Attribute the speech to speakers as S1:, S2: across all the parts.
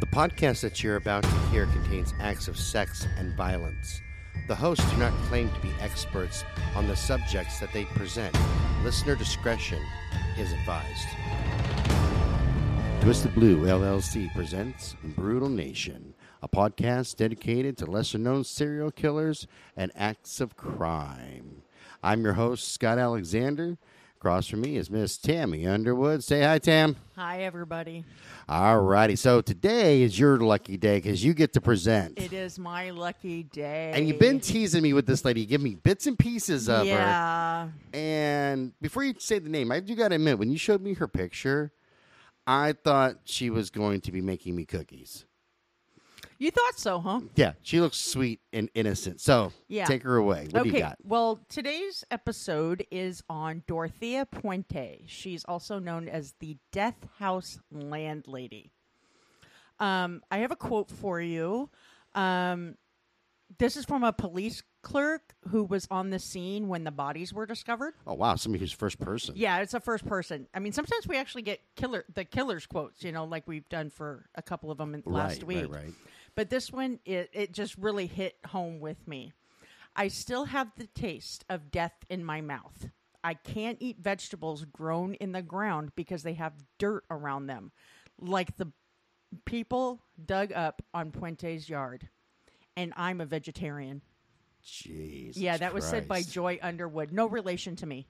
S1: The podcast that you're about to hear contains acts of sex and violence. The hosts do not claim to be experts on the subjects that they present. Listener discretion is advised. Twisted Blue LLC presents Brutal Nation, a podcast dedicated to lesser known serial killers and acts of crime. I'm your host, Scott Alexander. Across from me is Miss Tammy Underwood. Say hi, Tam.
S2: Hi, everybody.
S1: All righty. So today is your lucky day because you get to present.
S2: It is my lucky day.
S1: And you've been teasing me with this lady. You give me bits and pieces of her.
S2: Yeah.
S1: And before you say the name, I do got to admit, when you showed me her picture, I thought she was going to be making me cookies.
S2: You thought so, huh?
S1: Yeah, she looks sweet and innocent. So
S2: Yeah.
S1: take her away. What
S2: okay.
S1: do you got?
S2: Well, today's episode is on Dorothea Puente. She's also known as the Death House Landlady. Um, I have a quote for you. Um, this is from a police clerk who was on the scene when the bodies were discovered.
S1: Oh, wow. Somebody who's first person.
S2: Yeah, it's a first person. I mean, sometimes we actually get killer the killer's quotes, you know, like we've done for a couple of them in, last
S1: Right,
S2: week.
S1: right, right.
S2: But this one, it, it just really hit home with me. I still have the taste of death in my mouth. I can't eat vegetables grown in the ground because they have dirt around them, like the people dug up on Puente's yard. And I'm a vegetarian.
S1: Jeez.
S2: yeah, that was said by
S1: Christ.
S2: Joy Underwood. No relation to me.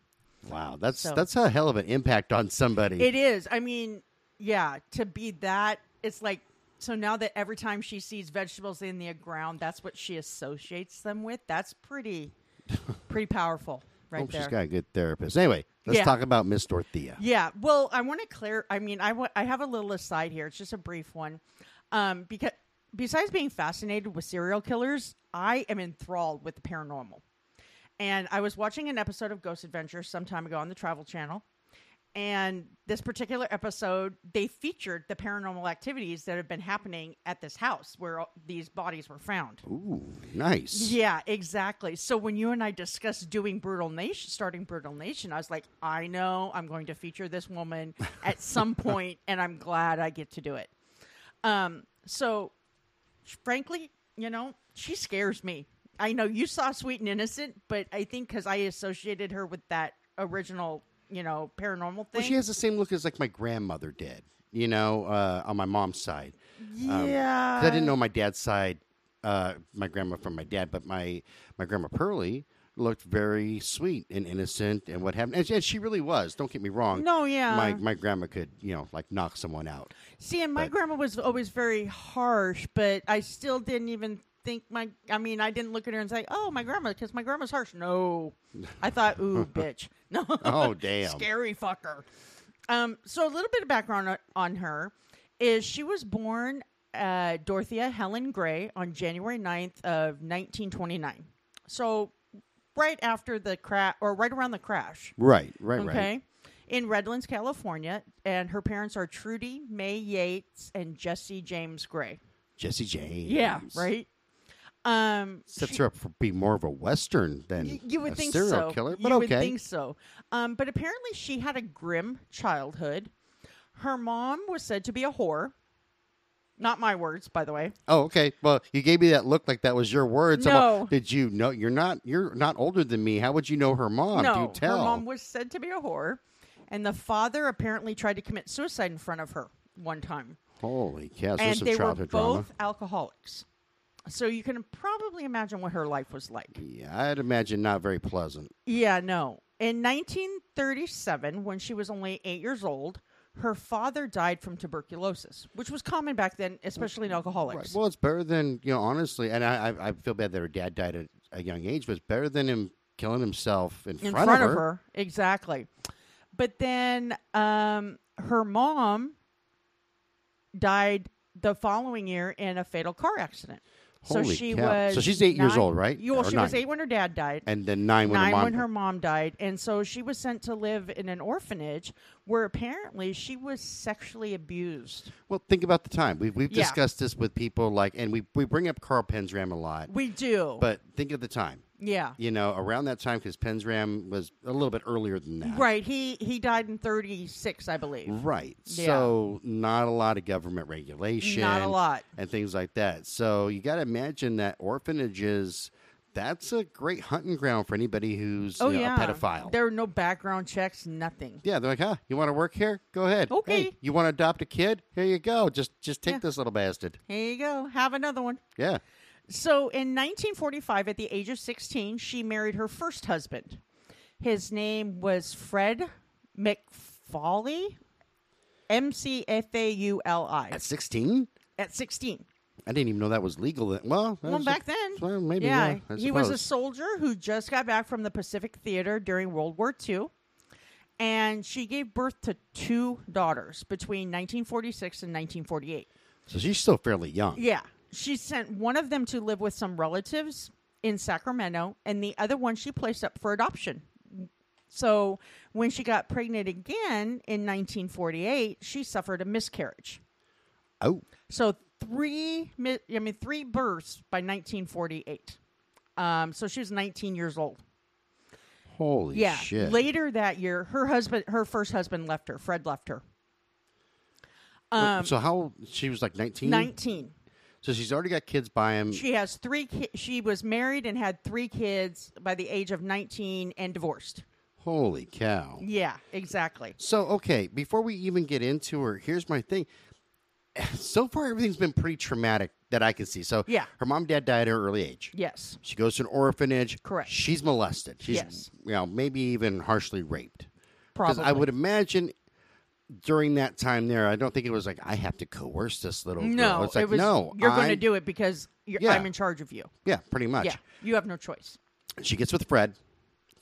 S1: Wow, that's
S2: So-
S1: that's a hell of an impact on somebody.
S2: It is. I mean, yeah, to be that, it's like so now that every time she sees vegetables in the ground, that's what she associates them with. That's pretty pretty powerful right
S1: Hope
S2: there.
S1: Oh, she's got a good therapist. Anyway, let's
S2: Yeah.
S1: talk about Miss Dorothea.
S2: Yeah. Well, I want to clear. I mean, I wa- I have a little aside here. It's just a brief one, um, because besides being fascinated with serial killers, I am enthralled with the paranormal. And I was watching an episode of Ghost Adventures some time ago on the Travel Channel, and this particular episode they featured the paranormal activities that have been happening at this house where all these bodies were found.
S1: Ooh, nice.
S2: Yeah, exactly. So when you and I discussed doing Brutal Nation, starting Brutal Nation, I was like, I know I'm going to feature this woman at some point, and I'm glad I get to do it. Um, so frankly, you know, she scares me. I know you saw Sweet and Innocent, but I think because I associated her with that original, you know, paranormal thing.
S1: Well, she has the same look as like my grandmother did, you know, uh, on my mom's side.
S2: yeah,
S1: um, 'Cause I didn't know my dad's side, uh, my grandma from my dad, but my my grandma Pearlie looked very sweet and innocent and what happened. And she, and she really was. Don't get me wrong.
S2: No, yeah.
S1: My my grandma could, you know, like knock someone out.
S2: See, and my
S1: But-
S2: grandma was always very harsh, but I still didn't even think my. I mean, I didn't look at her and say, "Oh, my grandma," because my grandma's harsh. No, I thought, "Ooh, bitch." No.
S1: Oh, damn.
S2: Scary fucker. Um. So a little bit of background on, on her is she was born uh, Dorothea Helen Gray on January 9th of 1929. So right after the crash, or right around the crash.
S1: Right, right,
S2: Okay.
S1: right.
S2: In Redlands, California, and her parents are Trudy May Yates and Jesse James Gray.
S1: Jesse James.
S2: right. Um,
S1: Sets her up for being more of a Western than
S2: y- you would
S1: a
S2: think
S1: serial
S2: so.
S1: killer,
S2: You
S1: but
S2: would
S1: okay.
S2: think so. Um, but apparently, she had a grim childhood. Her mom was said to be a whore. Not my words, by the way.
S1: Oh, okay. Well, you gave me that look like that was your words. I'm
S2: No.
S1: like, Did you know? You're not. You're not older than me. How would you know her mom?
S2: no,
S1: Oh, Do you tell?
S2: her mom was said to be a whore, and the father apparently tried to commit suicide in front of her one time.
S1: Holy cow! So
S2: and
S1: there's some
S2: they were
S1: childhood
S2: both
S1: drama.
S2: alcoholics. So you can probably imagine what her life was like.
S1: Yeah, I'd imagine not very pleasant.
S2: Yeah, no. In 1937, when she was only eight years old, her father died from tuberculosis, which was common back then, especially in alcoholics.
S1: Well, it's better than you know. Honestly, and I, I, I feel bad that her dad died at a young age, but it's better than him killing himself in,
S2: in front, of, her. Exactly. But then um, her mom died the following year in a fatal car accident. so
S1: Holy
S2: she
S1: cow.
S2: was
S1: So she's eight years
S2: nine-
S1: old, right?
S2: You- Well,
S1: Or
S2: she was
S1: nine.
S2: eight when her dad died.
S1: And then nine when
S2: nine
S1: her mom.
S2: when her mom died, and so she was sent to live in an orphanage where apparently she was sexually abused.
S1: well, think about the time. We've we've
S2: Yeah.
S1: discussed this with people like, and we we bring up Carl Penzram a lot,
S2: We do,
S1: but think of the time.
S2: Yeah.
S1: you know, around that time because Penzram was a little bit earlier than that.
S2: Right. He he died in 36, I believe.
S1: Right.
S2: Yeah.
S1: So not a lot of government regulation.
S2: Not a lot.
S1: And things like that. So you got to imagine that orphanages, that's a great hunting ground for anybody who's
S2: Oh
S1: you know,
S2: yeah.
S1: a pedophile.
S2: There were no background checks, nothing.
S1: yeah, they're like, huh, you want to work here? Go ahead.
S2: Okay.
S1: Hey, you want to adopt a kid? Here you go. Just just take
S2: Yeah.
S1: this little bastard.
S2: Here you go. Have another one.
S1: Yeah.
S2: So in 1945, at the age of 16, she married her first husband. His name was Fred McFauley, M C F A U L I,
S1: At 16?
S2: at 16.
S1: I didn't even know that was legal. Then. Well,
S2: Well,
S1: that's-
S2: back then,
S1: well, maybe.
S2: yeah,
S1: Yeah, I
S2: he was a
S1: suppose.
S2: soldier who just got back from the Pacific Theater during World War II, and she gave birth to two daughters between 1946 and 1948.
S1: So she's still fairly young.
S2: Yeah. She sent one of them to live with some relatives in Sacramento, and the other one she placed up for adoption. So when she got pregnant again in 1948, she suffered a miscarriage.
S1: Oh.
S2: So three, mi- I mean, three births by 1948. Um, so she was 19 years old.
S1: Holy
S2: yeah.
S1: shit.
S2: Later that year, her husband, her first husband, left her. Fred left her.
S1: Um, so how she was like 19?
S2: 19.
S1: So she's already got kids by him.
S2: She has three. Ki- she was married and had three kids by the age of nineteen and divorced.
S1: Holy cow.
S2: Yeah, exactly.
S1: So, okay, before we even get into her, here's my thing. So far, everything's been pretty traumatic that I can see. So,
S2: Yeah.
S1: her mom and dad died at an early age.
S2: Yes,
S1: She goes to an orphanage.
S2: Correct.
S1: She's molested. She's,
S2: Yes.
S1: You know, maybe even harshly raped. 'Cause
S2: probably.
S1: I would imagine during that time there, I don't think it was like, I have to coerce this little
S2: no.
S1: girl. It's like,
S2: it was,
S1: no.
S2: you're going
S1: I-
S2: to do it because you're,
S1: Yeah.
S2: I'm in charge of you.
S1: Yeah, pretty much.
S2: Yeah, you have no choice.
S1: She gets with Fred.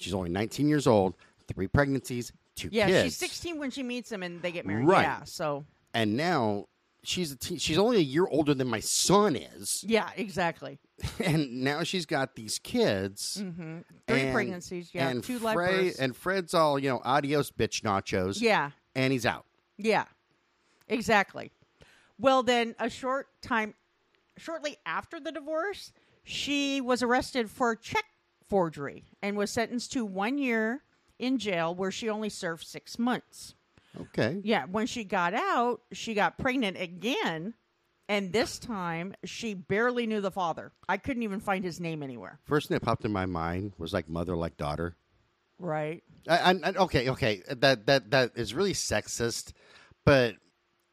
S1: She's only 19 years old, three pregnancies, two
S2: Yeah,
S1: kids.
S2: she's 16 when she meets him and they get married.
S1: Right.
S2: Yeah. So
S1: And now she's a teen, she's only a year older than my son is,
S2: yeah, exactly.
S1: and now she's got these kids.
S2: Mm-hmm. Three
S1: and-
S2: pregnancies. Yeah,
S1: and
S2: two live
S1: Fred-
S2: births.
S1: And Fred's all you know, adios, bitch, nachos.
S2: Yeah.
S1: and he's out.
S2: Yeah, exactly. Well, then a short time, shortly after the divorce, she was arrested for check forgery and was sentenced to one year in jail, where she only served six months.
S1: Okay.
S2: Yeah, when she got out, she got pregnant again, and this time she barely knew the father. I couldn't even find his name anywhere.
S1: First thing that popped in my mind was like mother, like daughter.
S2: Right.
S1: I, I, I- okay, okay. That that that is really sexist, but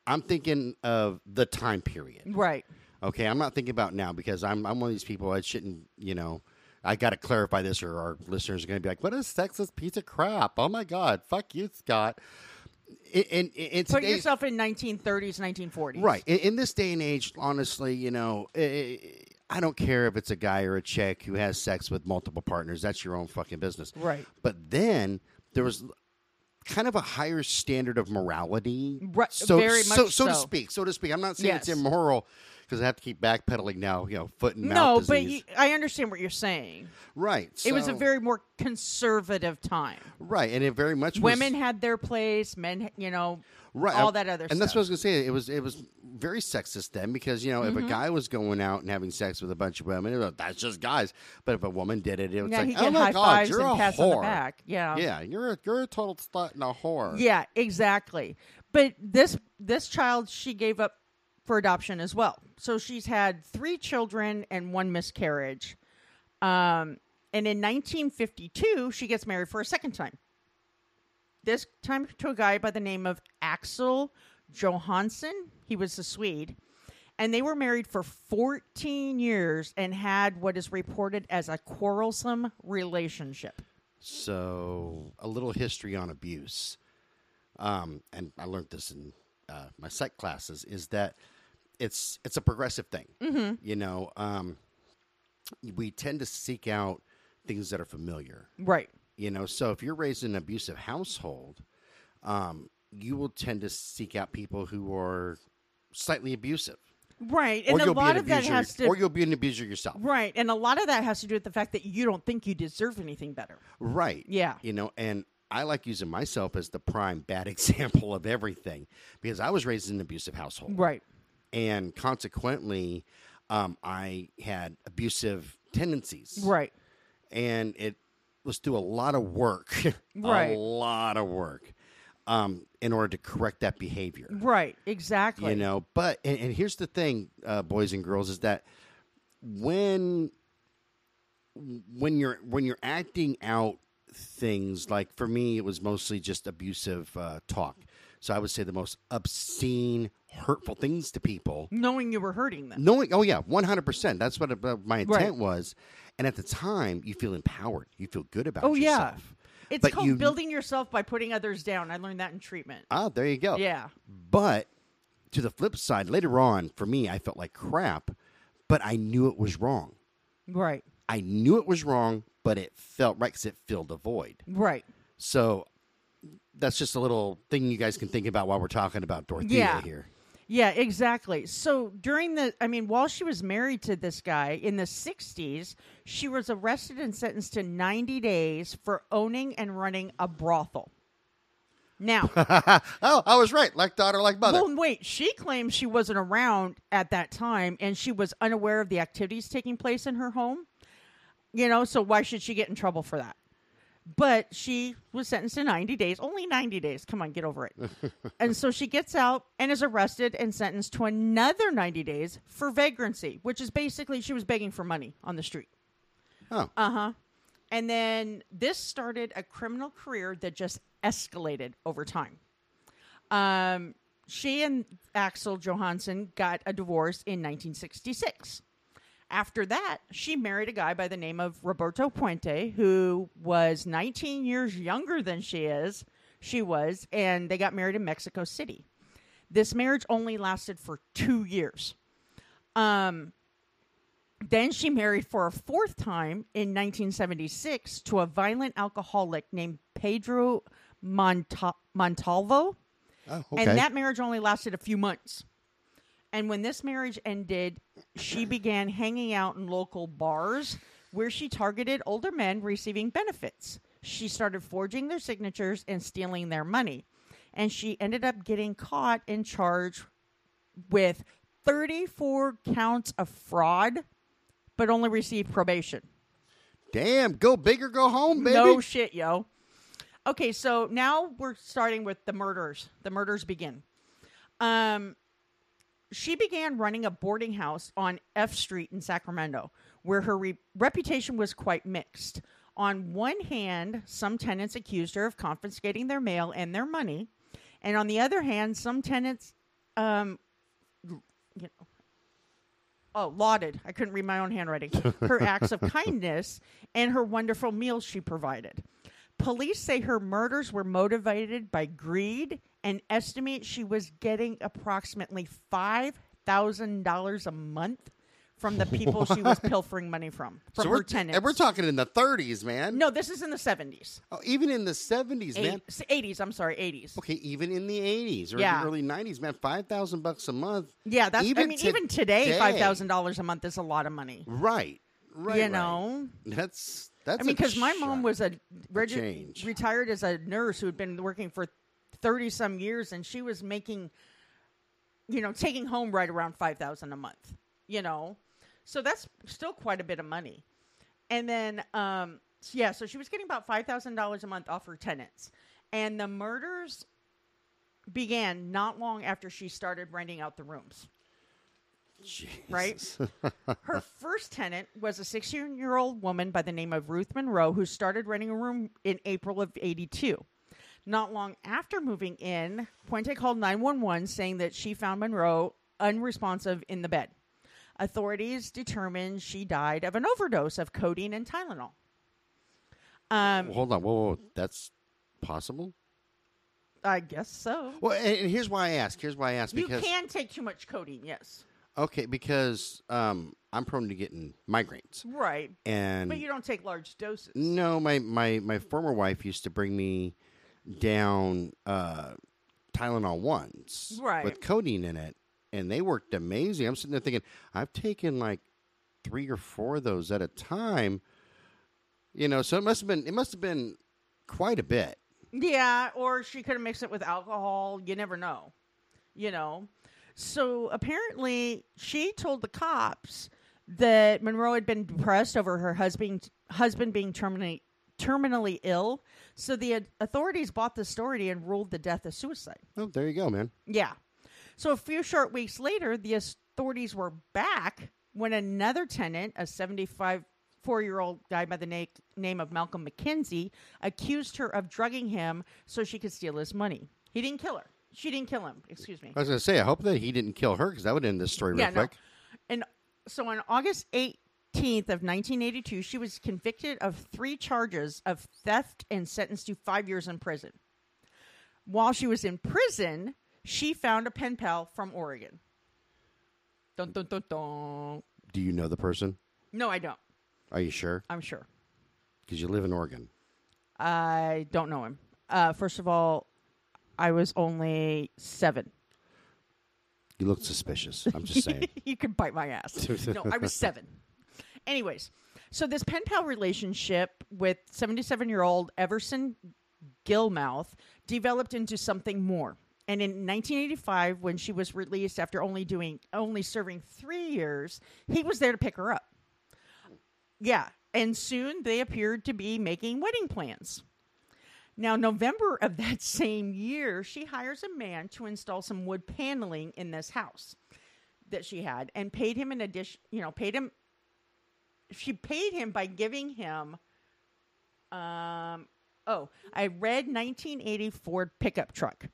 S1: I'm thinking of the time period.
S2: Right.
S1: Okay, I'm not thinking about now because I'm I'm one of these people. I shouldn't, you know. I got to clarify this, or our listeners are going to be like, "What is sexist piece of crap?" Oh my god, fuck you, Scott. In in, in
S2: Put
S1: today's-
S2: yourself in 1930s, 1940s.
S1: right in, in this day and age, honestly, you know, i- i I don't care if it's a guy or a chick who has sex with multiple partners. That's your own fucking business,
S2: Right.
S1: But then there was kind of a higher standard of morality,
S2: Right,
S1: So
S2: very
S1: so,
S2: much
S1: to
S2: so.
S1: speak, so to speak. I'm not saying
S2: Yes.
S1: it's immoral because I have to keep backpedaling now. You know, foot and
S2: No,
S1: mouth
S2: but
S1: disease.
S2: you, I understand what you're saying.
S1: right.
S2: It was a
S1: so-
S2: very more conservative time.
S1: right, and it very much was-
S2: Women had their place, men, you know,
S1: right,
S2: all
S1: I-
S2: that other
S1: and that's what I
S2: stuff.
S1: was
S2: Mm-hmm.
S1: gonna say. It was it was very sexist then because you know if a guy was going out and having sex with a bunch of women, it was, that's just guys. But if a woman did it, it was
S2: yeah,
S1: like,
S2: he
S1: oh
S2: get
S1: my
S2: high
S1: god,
S2: fives
S1: you're
S2: and
S1: a
S2: pats
S1: whore.
S2: on the back. Yeah.
S1: Yeah, you're a you're a total slut and a whore.
S2: Yeah, exactly. But this this child she gave up for adoption as well. So she's had three children and one miscarriage. Um, and in 1952, she gets married for a second time. This time to a guy by the name of Axel Johansson. He was a Swede. And they were married for 14 years and had what is reported as a quarrelsome relationship.
S1: So, a little history on abuse. Um, and I learned this in uh, my psych classes is that it's it's a progressive thing. Mm-hmm. You know, um, we tend to seek out things that are familiar.
S2: Right.
S1: You know, so if you're raised in an abusive household, um, you will tend to seek out people who are slightly abusive,
S2: Right. And
S1: or
S2: a
S1: you'll
S2: lot
S1: be an
S2: of that
S1: abuser,
S2: has to
S1: or you'll be an abuser yourself.
S2: Right. And a lot of that has to do with the fact that you don't think you deserve anything better.
S1: Right.
S2: Yeah.
S1: You know, and I like using myself as the prime bad example of everything because I was raised in an abusive household.
S2: Right.
S1: And consequently, um, I had abusive tendencies.
S2: Right.
S1: and it was through a lot of work,
S2: Right.
S1: a lot of work, um, in order to correct that behavior.
S2: Right. Exactly.
S1: You know, but and, and here's the thing, uh, boys and girls, is that when when you're when you're acting out things like for me, it was mostly just abusive uh, talk. So I would say the most obscene, hurtful things to people
S2: Knowing you were hurting them.
S1: knowing oh yeah 100% that's what uh, my
S2: Right.
S1: intent was and at the time you feel empowered you feel good about
S2: Oh, yeah.
S1: yourself
S2: It's
S1: but
S2: called
S1: you-
S2: building yourself by putting others down. I learned that in treatment.
S1: ah there you go
S2: Yeah.
S1: but to the flip side later on for me i felt like crap but i knew it was wrong
S2: Right.
S1: i knew it was wrong but it felt right because it filled a void
S2: Right.
S1: so that's just a little thing you guys can think about while we're talking about dorothea
S2: Yeah.
S1: here
S2: Yeah, exactly. So during the, I mean, while she was married to this guy in the 60s, she was arrested and sentenced to 90 days for owning and running a brothel. Now,
S1: oh i was right like daughter like mother
S2: well, wait, she claims she wasn't around at that time and she was unaware of the activities taking place in her home. You know, so why should she get in trouble for that? But she was sentenced to 90 days, only 90 days. Come on, get over it. and so she gets out and is arrested and sentenced to another 90 days for vagrancy, which is basically she was begging for money on the street.
S1: oh
S2: uh, And then this started a criminal career that just escalated over time. Um, she and Axel Johansson got a divorce in 1966. After that, she married a guy by the name of Roberto Puente, who was 19 years younger than she is. She was, and they got married in Mexico City. This marriage only lasted for two years. Then she married for a fourth time in 1976 to a violent alcoholic named Pedro Monta- Montalvo.
S1: oh, okay
S2: And that marriage only lasted a few months. And when this marriage ended, she began hanging out in local bars where she targeted older men receiving benefits. She started forging their signatures and stealing their money. And she ended up getting caught and charged with 34 counts of fraud, but only received probation.
S1: damn go big or go home baby
S2: No shit, yo. Okay, so now we're starting with the murders. The murders begin. Um, she began running a boarding house on F Street in Sacramento, where her re- reputation was quite mixed. On one hand, some tenants accused her of confiscating their mail and their money, and on the other hand, some tenants, um, you know, oh, lauded. I couldn't read my own handwriting. Her acts of kindness and her wonderful meals she provided. Police say her murders were motivated by greed and estimate she was getting approximately $5,000 a month from the people she was pilfering money from, from
S1: so
S2: her
S1: we're,
S2: tenants.
S1: and we're talking in the 30s man
S2: no, this is in the 70s.
S1: Oh, even in the seventies, man.
S2: Eight, 80s, I'm sorry, 80s.
S1: Okay, even in the eighties or
S2: Yeah.
S1: the early nineties, man, five thousand bucks a month.
S2: Yeah, that's I mean even today
S1: today-
S2: five thousand dollars a month is a lot of money.
S1: Right, right.
S2: you
S1: right.
S2: know,
S1: that's that's.
S2: I mean, because my mom was a regi-
S1: change.
S2: retired as a nurse who had been working for thirty some years, and she was making, you know, taking home right around five thousand a month. You know, so that's still quite a bit of money. And then, um, s- yeah, so she was getting about five thousand dollars a month off her tenants, and the murders began not long after she started renting out the rooms right? Her first tenant was a 16 year old woman by the name of Ruth Monroe, who started renting a room in April of 82. Not long after moving in, Puente called 911 saying that she found Monroe unresponsive in the bed. Authorities determined she died of an overdose of codeine and Tylenol. Um,
S1: Hold on, whoa, whoa, whoa, that's possible.
S2: I guess so.
S1: Well, and, and here's why I ask. Here's why I ask
S2: You
S1: because
S2: can take too much codeine, yes.
S1: okay, because um, I'm prone to getting migraines,
S2: Right.
S1: and
S2: But you don't take large doses.
S1: No, my, my, my former wife used to bring me down uh, Tylenol ones
S2: Right.
S1: with codeine in it, and they worked amazing. I'm sitting there thinking, I've taken like three or four of those at a time, you know. So it must have been it must have been quite a bit.
S2: Yeah, or she could have mixed it with alcohol. You never know. You know? So apparently, she told the cops that Monroe had been depressed over her husband husband being terminally terminally ill, so the au- authorities bought the story and ruled the death a suicide.
S1: Oh, there you go, man.
S2: Yeah. So a few short weeks later, the authorities were back when another tenant, a 75 four year old guy by the na- name of Malcolm McKenzie, accused her of drugging him so she could steal his money. He didn't kill her. She didn't kill him. Excuse me.
S1: I was gonna say, I hope that he didn't kill her because that would end this story real
S2: no.
S1: quick.
S2: And so on August 18th of 1982, she was convicted of three charges of theft and sentenced to five years in prison. While she was in prison, she found a pen pal from Oregon. Dun, dun, dun, dun.
S1: Do you know the person?
S2: No, I don't.
S1: Are you sure?
S2: I'm sure.
S1: Because you live in Oregon.
S2: I don't know him. Uh, first of all, I was only seven.
S1: You look suspicious. I'm just saying.
S2: you can bite my ass. No, I was seven. Anyways, so this pen pal relationship with 77 year old Everson Gilmouth developed into something more. And in 1985, when she was released after only doing only serving three years, he was there to pick her up. Yeah, and soon they appeared to be making wedding plans. Now, November of that same year, she hires a man to install some wood paneling in this house that she had and paid him an addition, you know, paid him. She paid him by giving him, um, oh, a red 1980 Ford pickup truck.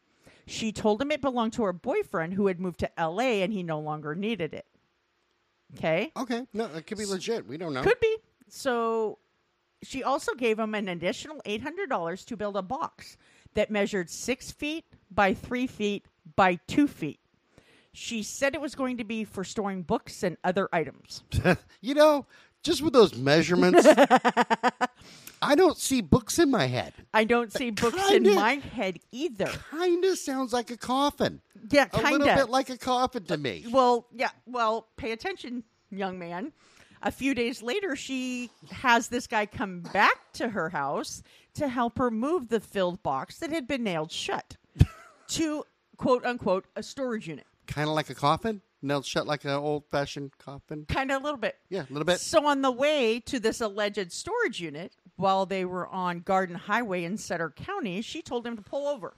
S2: She told him it belonged to her boyfriend who had moved to LA and he no longer needed it. Okay.
S1: okay, no, it could be legit. We don't know.
S2: Could be. So she also gave him an additional $800 to build a box that measured six feet by three feet by two feet. She said it was going to be for storing books and other items.
S1: you know, just with those measurements, I don't see books in my head.
S2: I don't see books in
S1: Kinda.
S2: my head either.
S1: Kinda sounds like a coffin.
S2: Yeah,
S1: A
S2: kind
S1: little bit
S2: of.
S1: like a coffin to me.
S2: well, yeah, well, pay attention, young man. A few days later, she has this guy come back to her house to help her move the filled box that had been nailed shut to quote unquote a storage unit.
S1: Kind of like a coffin, nailed shut like an old-fashioned coffin.
S2: Kind of a little bit.
S1: Yeah, a little bit.
S2: So on the way to this alleged storage unit, while they were on Garden Highway in Sutter County, she told him to pull over.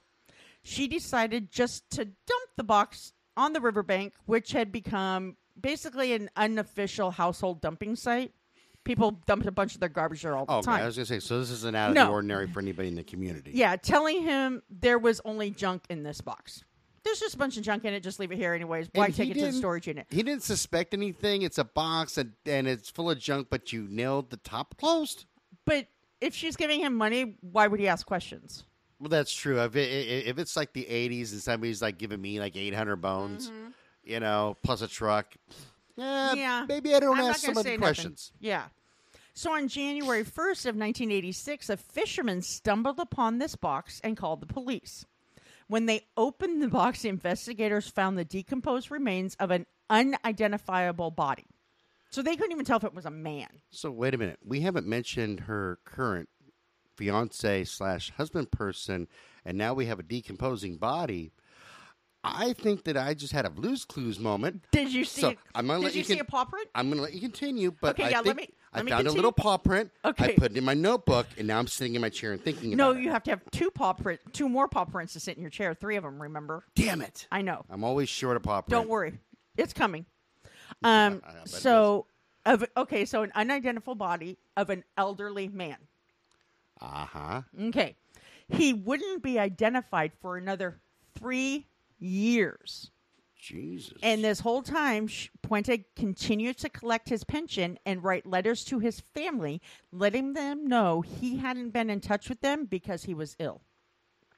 S2: She decided just to dump the box on the riverbank, which had become basically an unofficial household dumping site. People dumped a bunch of their garbage there all the
S1: Oh, okay.
S2: time.
S1: I was gonna say. So this isn't out of the
S2: No.
S1: ordinary for anybody in the community.
S2: Yeah, telling him there was only junk in this box. There's just a bunch of junk in it. Just leave it here, anyways. Why
S1: And he
S2: take it to the
S1: didn't-
S2: storage unit?
S1: He didn't suspect anything. It's a box and, and it's full of junk, but you nailed the top closed.
S2: But if she's giving him money, why would he ask questions?
S1: Well, that's true. If, it, i- if it's like the 80s and somebody's like giving me like 800 bones, you know, plus a truck, yeah,
S2: Mm-hmm. Yeah.
S1: Uh, maybe I don't
S2: I'm not
S1: ask so
S2: gonna
S1: many
S2: say nothing.
S1: questions.
S2: Yeah. So on January 1st of 1986, a fisherman stumbled upon this box and called the police. When they opened the box, investigators found the decomposed remains of an unidentifiable body. So they couldn't even tell if it was a man.
S1: So wait a minute. We haven't mentioned her current fiance slash husband person, and now we have a decomposing body. I think that I just had a Blue's Clues moment.
S2: Did you see?
S1: So,
S2: a,
S1: I'm gonna
S2: did
S1: let
S2: you,
S1: you
S2: see
S1: con-
S2: a paw print?
S1: I'm going to let you continue, but
S2: Okay,
S1: I
S2: yeah, let
S1: think
S2: me-
S1: I
S2: let me
S1: found a
S2: continue.
S1: little paw print. I
S2: Okay.
S1: put it in my notebook, and now I'm sitting in my chair and thinking
S2: No,
S1: about it.
S2: you have to have two paw print, two more paw prints to sit in your chair. Three of them, remember?
S1: Damn it.
S2: I know.
S1: I'm always short of paw print.
S2: Don't worry, it's coming. Um,
S1: I bet it is.
S2: so, of okay, so an unidentified body of an elderly man.
S1: Uh huh.
S2: Okay, he wouldn't be identified for another three years.
S1: Jesus.
S2: And this whole time, Sh- Puente continued to collect his pension and write letters to his family, letting them know he hadn't been in touch with them because he was ill.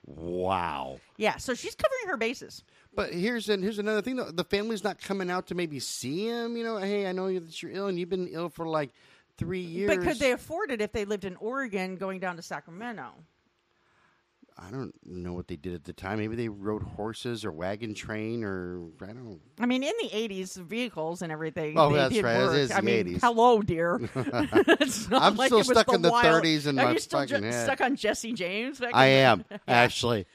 S1: wow.
S2: Yeah, so she's covering her bases.
S1: But here's and here's another thing though. The family's not coming out to maybe see him. You know, hey, I know you- that you're ill and you've been ill for like three years.
S2: But could they afford it if they lived in Oregon going down to Sacramento?
S1: I don't know what they did at the time. Maybe they rode horses or wagon train or I don't.
S2: I mean, in the 80s, vehicles and everything.
S1: Oh,
S2: they
S1: that's
S2: did
S1: right. It
S2: Work.
S1: is
S2: I
S1: the
S2: mean,
S1: 80s.
S2: hello, dear. It's not
S1: I'm
S2: like
S1: still
S2: it was
S1: stuck in the
S2: wild-
S1: 30s in
S2: Are
S1: my
S2: you still
S1: fucking head.
S2: stuck on Jesse James? Back
S1: I
S2: in-
S1: am actually.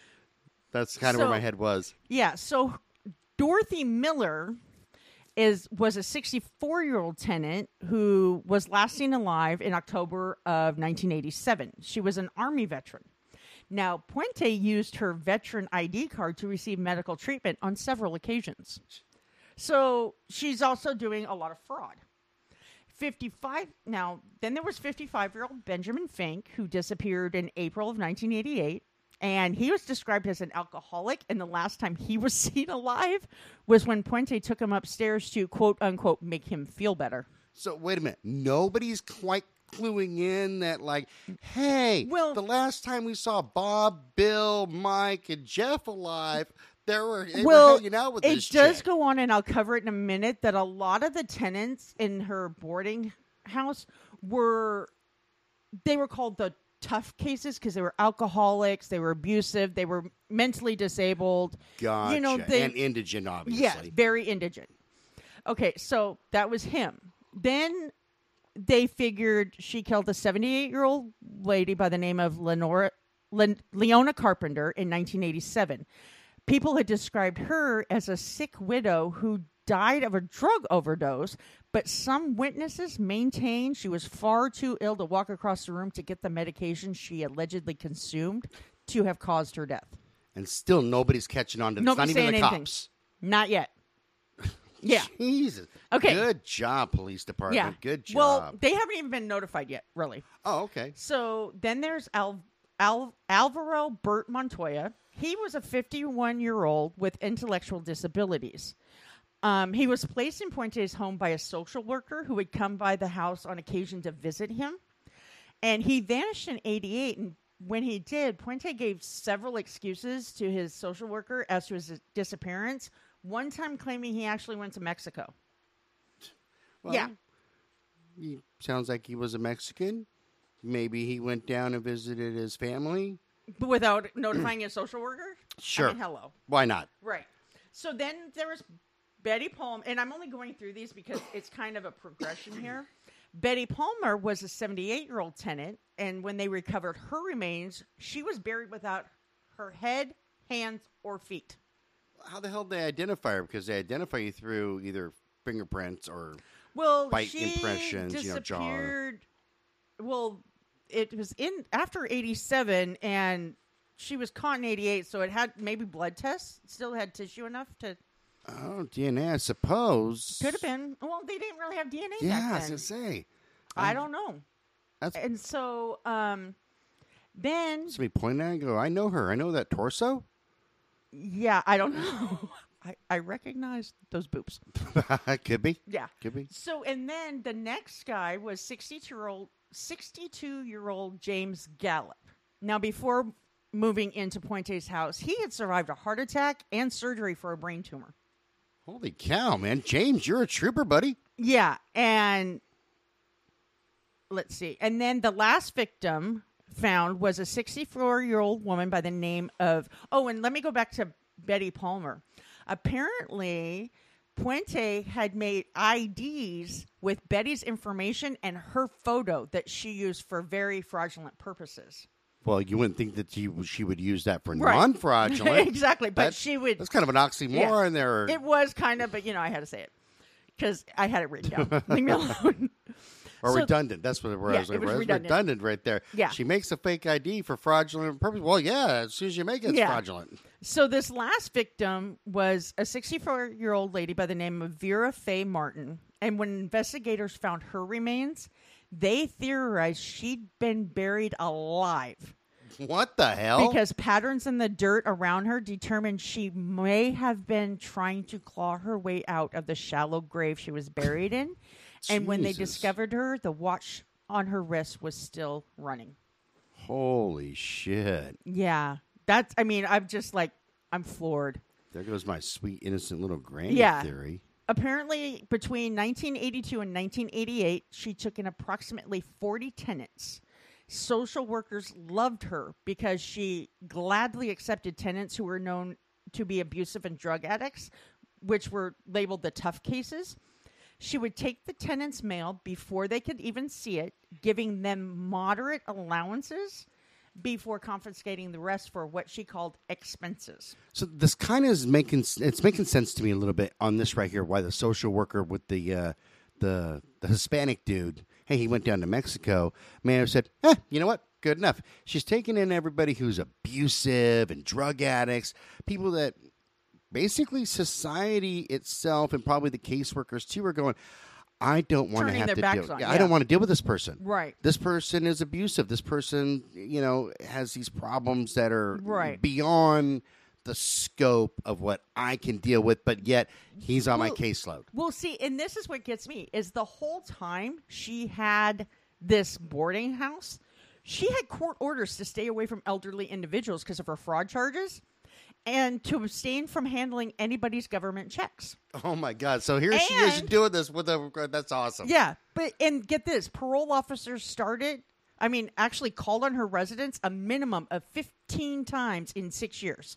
S1: That's kind of where
S2: So-
S1: my head was.
S2: Yeah. So Dorothy Miller is was a 64 year old tenant who was last seen alive in October of 1987. She was an Army veteran. Now, Puente used her veteran ID card to receive medical treatment on several occasions. So she's also doing a lot of fraud. 55 now then there was 55 year old benjamin fink who disappeared in april of 1988 and he was described as an alcoholic and the last time he was seen alive was when puente took him upstairs to quote unquote make him feel better
S1: So wait a minute. Nobody's quite cluing in that like, hey,
S2: Well-
S1: the last time we saw Bob, Bill, Mike, and Jeff alive, they were, they were
S2: well
S1: hanging out with
S2: it
S1: this
S2: does
S1: chick.
S2: go on and i'll cover it in a minute that a lot of the tenants in her boarding house were they were called the tough cases because they were alcoholics they were abusive they were mentally disabled
S1: Gotcha.
S2: you know they
S1: and indigent, obviously.
S2: Yes, very indigent. Okay, so that was him. Then they figured she killed a 78 year old lady by the name of Lenora, Len, Leona Carpenter in 1987. People had described her as a sick widow who died of a drug overdose, but some witnesses maintained she was far too ill to walk across the room to get the medication she allegedly consumed to have caused her death.
S1: And still nobody's catching on to this.
S2: Nobody's
S1: Not even the
S2: saying anything.
S1: cops.
S2: Not yet. Yeah.
S1: Jesus.
S2: Okay.
S1: Good job, police
S2: Yeah.
S1: department. Good job.
S2: Well, they haven't even been notified yet, really.
S1: oh, okay.
S2: So then there's Al- Al- Alvaro Burt Montoya. He was a 51 year old with intellectual disabilities. Um, he was placed in Puente's home by a social worker who would come by the house on occasion to visit him. And he vanished in 88. And when he did, Puente gave several excuses to his social worker as to his disappearance, one time claiming he actually went to Mexico.
S1: Well,
S2: yeah.
S1: He sounds like he was a Mexican. Maybe he went down and visited his family.
S2: But without notifying a social worker?
S1: Sure.
S2: I mean, hello.
S1: Why not?
S2: Right. So then there was Betty Palmer, and I'm only going through these because it's kind of a progression here. Betty Palmer was a 78 year old tenant, and when they recovered her remains, she was buried without her head, hands, or feet.
S1: How the hell did they identify her? Because they identify you through either fingerprints or
S2: Well,
S1: Bite
S2: she
S1: impressions, you know, jar.
S2: disappeared. Well, it was in after '87, and she was caught in '88, so it had maybe blood tests. Still had tissue enough to
S1: oh DNA. I suppose
S2: could have been. Well, they didn't really have DNA
S1: Yeah, I
S2: back
S1: was
S2: then.
S1: gonna say
S2: I don't know.
S1: that's
S2: And so, um, then
S1: somebody pointing at it and go. I know her. I know that torso.
S2: yeah, I don't know. I I recognize those boobs.
S1: could be.
S2: Yeah.
S1: Could be.
S2: So and then the next guy was 62 year old 62 year old James Gallup. Now before moving into Puente's house, he had survived a heart attack and surgery for a brain tumor.
S1: Holy cow, man! James, you're a trooper, buddy.
S2: Yeah, and let's see. And then the last victim found was a 64 year old woman by the name of. Oh, and let me go back to Betty Palmer. Apparently, Puente had made IDs with Betty's information and her photo that she used for very fraudulent purposes.
S1: Well, you wouldn't think that she, she would use that for
S2: Right.
S1: non-fraudulent.
S2: exactly, but
S1: That's-
S2: she would.
S1: That's kind of an oxymoron there.
S2: It was kind of, but you know, I had to say it because I had it written down. Leave me alone.
S1: or
S2: So-
S1: redundant. That's what it was.
S2: Yeah, it was
S1: That's
S2: redundant.
S1: right there.
S2: Yeah.
S1: She makes a fake ID for fraudulent purpose. Well, yeah, as soon as you make it, it's
S2: Yeah.
S1: fraudulent.
S2: So this last victim was a 64-year-old lady by the name of Vera Fay Martin, and when investigators found her remains, they theorized she'd been buried alive
S1: What the hell?
S2: because patterns in the dirt around her determined she may have been trying to claw her way out of the shallow grave she was buried in. And when they
S1: Jesus.
S2: discovered her, the watch on her wrist was still running.
S1: Holy shit.
S2: Yeah. That's I mean, I'm just like I'm floored.
S1: There goes my sweet, innocent little granny
S2: Yeah.
S1: theory.
S2: Apparently, between 1982 and 1988, she took in approximately 40 tenants. Social workers loved her because she gladly accepted tenants who were known to be abusive and drug addicts, which were labeled the tough cases. She would take the tenants' mail before they could even see it, giving them moderate allowances before confiscating the rest for what she called expenses.
S1: So this kind of is making it's making sense to me a little bit on this right here. Why the social worker with the uh, the the Hispanic dude? Hey, he went down to Mexico. May have said, eh, you know what? Good enough. She's taking in everybody who's abusive and drug addicts, people that basically society itself and probably the caseworkers too are going. I don't want to
S2: Turning
S1: have
S2: their
S1: to
S2: backs
S1: deal.
S2: on,
S1: yeah, I
S2: yeah.
S1: don't want to deal with this person.
S2: Right.
S1: This person is abusive. This person, you know, has these problems that are
S2: Right.
S1: beyond the scope of what I can deal with, but yet he's on my
S2: Well-
S1: caseload.
S2: Well, see, and this is what gets me is the whole time she had this boarding house, she had court orders to stay away from elderly individuals because of her fraud charges and to abstain from handling anybody's government checks.
S1: Oh my God. So here she is
S2: And-
S1: doing this with a that's awesome.
S2: Yeah, but and get this, parole officers started I mean, actually called on her residence a minimum of 15 times in 6 years.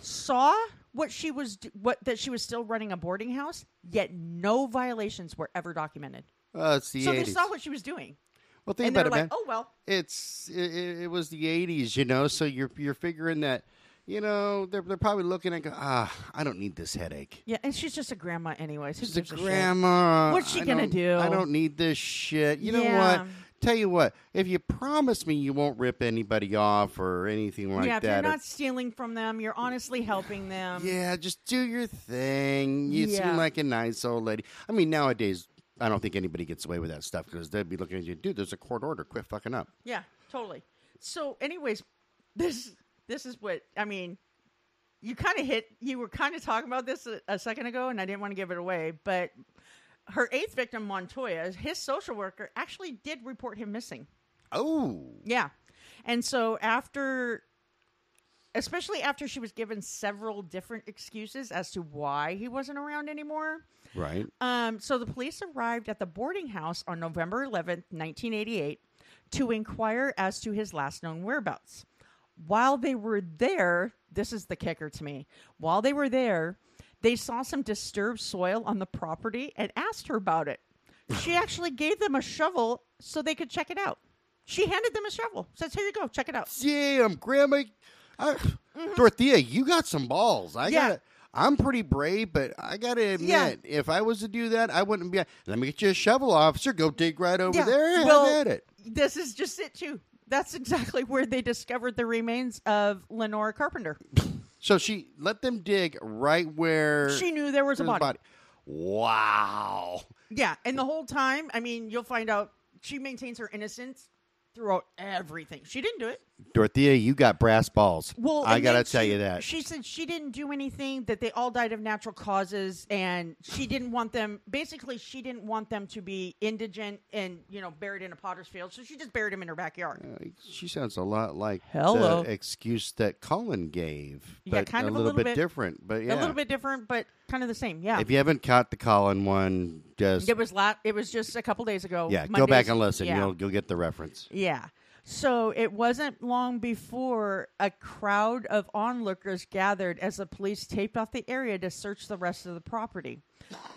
S2: Saw what she was d- what that she was still running a boarding house, yet no violations were ever documented.
S1: Uh, it's the
S2: So they
S1: 80s.
S2: saw what she was doing.
S1: well, think
S2: and they're
S1: about it,
S2: like,
S1: man.
S2: "Oh well,
S1: it's it, it was the 80s you know so you're you're figuring that you know they're, they're probably looking at go, ah i don't need this headache
S2: yeah." And she's just a grandma, anyways. Who
S1: she's a
S2: gives shit?
S1: grandma
S2: What's she
S1: I
S2: gonna
S1: don't-
S2: do?
S1: i don't need this shit you know
S2: Yeah.
S1: what tell you what if you promise me you won't rip anybody off or anything like
S2: yeah, if
S1: that
S2: you're
S1: or-
S2: not stealing from them, you're honestly helping them.
S1: yeah just do your thing you
S2: Yeah.
S1: seem like a nice old lady i mean nowadays i don't think anybody gets away with that stuff because they'd be looking at you dude there's a court order quit fucking up
S2: Yeah, totally. So, anyways, this this is what I mean. You kind of hit. You were kind of talking about this a, a second ago, and I didn't want to give it away. But her eighth victim, Montoya, his social worker actually did report him missing.
S1: oh
S2: Yeah, and so after, especially after she was given several different excuses as to why he wasn't around anymore.
S1: right
S2: Um, so the police arrived at the boarding house on November 11th, 1988, to inquire as to his last known whereabouts. While they were there, this is the kicker to me. While they were there, they saw some disturbed soil on the property and asked her about it. She actually gave them a shovel so they could check it out. She handed them a shovel. Says, "Here you go, check it out."
S1: damn, Grandma, I, Dorothea, you got some balls. I
S2: Mm-hmm. Yeah.
S1: got. I'm pretty brave, but I gotta admit,
S2: Yeah.
S1: if I was to do that, I wouldn't be. Let me get you a shovel, officer. Go dig right over
S2: Yeah,
S1: there. Have
S2: well-
S1: at it.
S2: This is just it too. That's exactly where they discovered the remains of Lenora Carpenter.
S1: So she let them dig right where
S2: She knew there was a
S1: there's
S2: body.
S1: Wow.
S2: Yeah, and the whole time, I mean, you'll find out she maintains her innocence throughout everything. She didn't do it.
S1: Dorothea, you got brass balls.
S2: Well,
S1: I
S2: and
S1: gotta
S2: then
S1: tell
S2: she-
S1: you that.
S2: she said she didn't do anything. That they all died of natural causes, and she didn't want them. Basically, she didn't want them to be indigent and you know buried in a potter's field. So she just buried them in her backyard.
S1: Uh, she sounds a lot like
S2: Hello.
S1: the excuse that Colin gave,
S2: Yeah,
S1: but
S2: kind
S1: a
S2: of a
S1: little,
S2: little
S1: bit,
S2: bit-
S1: different. But yeah,
S2: A little bit different, but kind of the same. Yeah,
S1: If you haven't caught the Colin one, just
S2: it was la- It was just a couple days ago.
S1: Yeah, go
S2: Mondays.
S1: back and listen.
S2: Yeah.
S1: You'll you'll get the reference.
S2: Yeah. So it wasn't long before a crowd of onlookers gathered as the police taped off the area to search the rest of the property.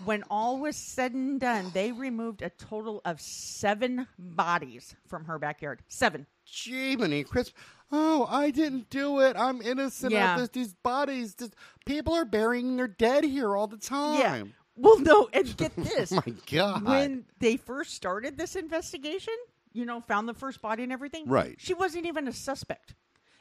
S2: When all was said and done, they removed a total of seven bodies from her backyard. Seven.
S1: Jiminy Chris. Oh, I didn't do it. I'm innocent
S2: Yeah.
S1: of this. These bodies. Just, people are burying their dead here all the
S2: Yeah.
S1: time.
S2: Well, no, and get this.
S1: My God.
S2: when they first started this investigation, you know, found the first body and everything.
S1: Right.
S2: She wasn't even a suspect.